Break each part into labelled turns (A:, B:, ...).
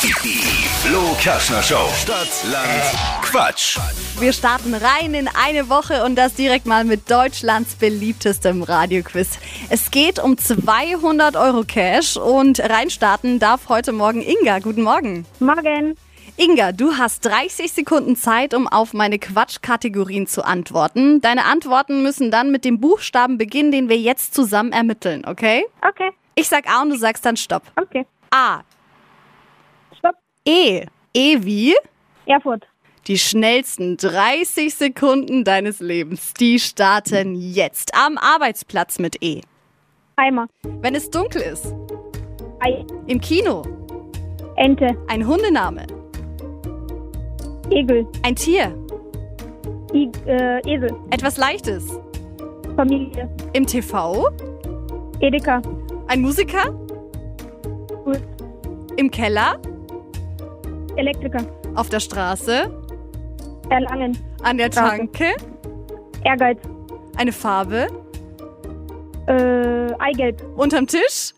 A: Die Flo Kaschner Show. Stadt, Land, Quatsch.
B: Wir starten rein in eine Woche und das direkt mal mit Deutschlands beliebtestem Radioquiz. Es geht um 200 Euro Cash und reinstarten darf heute Morgen Inga. Guten Morgen.
C: Morgen.
B: Inga, du hast 30 Sekunden Zeit, um auf meine Quatschkategorien zu antworten. Deine Antworten müssen dann mit dem Buchstaben beginnen, den wir jetzt zusammen ermitteln, okay?
C: Okay,
B: Ich sag A und du sagst dann Stopp.
C: okay.
B: A.
C: Stopp.
B: E. E wie?
C: Erfurt.
B: Die schnellsten 30 Sekunden deines Lebens, die starten jetzt am Arbeitsplatz mit E.
C: Eimer.
B: Wenn es dunkel ist,
C: Ei.
B: im Kino,
C: Ente.
B: ein Hundename,
C: Egel.
B: ein Tier,
C: I, äh, Esel.
B: etwas Leichtes,
C: Familie.
B: im TV,
C: Edeka.
B: ein Musiker,
C: Gut.
B: im Keller,
C: Elektriker.
B: auf der Straße,
C: Erlangen.
B: an der Tanke,
C: Ehrgeiz.
B: eine Farbe,
C: Äh, Eigelb.
B: unterm Tisch.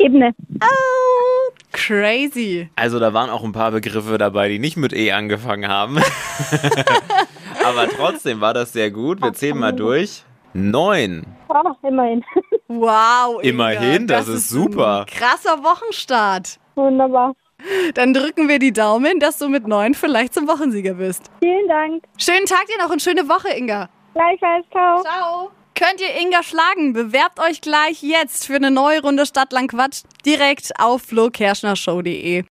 C: Ebene.
B: Oh, crazy.
D: Also da waren auch ein paar Begriffe dabei, die nicht mit E angefangen haben. Aber trotzdem war das sehr gut. Wir zählen mal durch. Neun.
C: Oh, immerhin.
B: Wow. Inga,
D: Immerhin, das ist
B: ein
D: super.
B: Krasser Wochenstart.
C: Wunderbar.
B: Dann drücken wir die Daumen, dass du mit neun vielleicht zum Wochensieger bist.
C: Vielen Dank.
B: Schönen Tag dir noch und schöne Woche, Inga.
C: Gleichfalls. Ciao.
B: Ciao. Könnt ihr Inga schlagen? Bewerbt euch gleich jetzt für eine neue Runde Stadtlang Quatsch direkt auf flokerschnershow.de.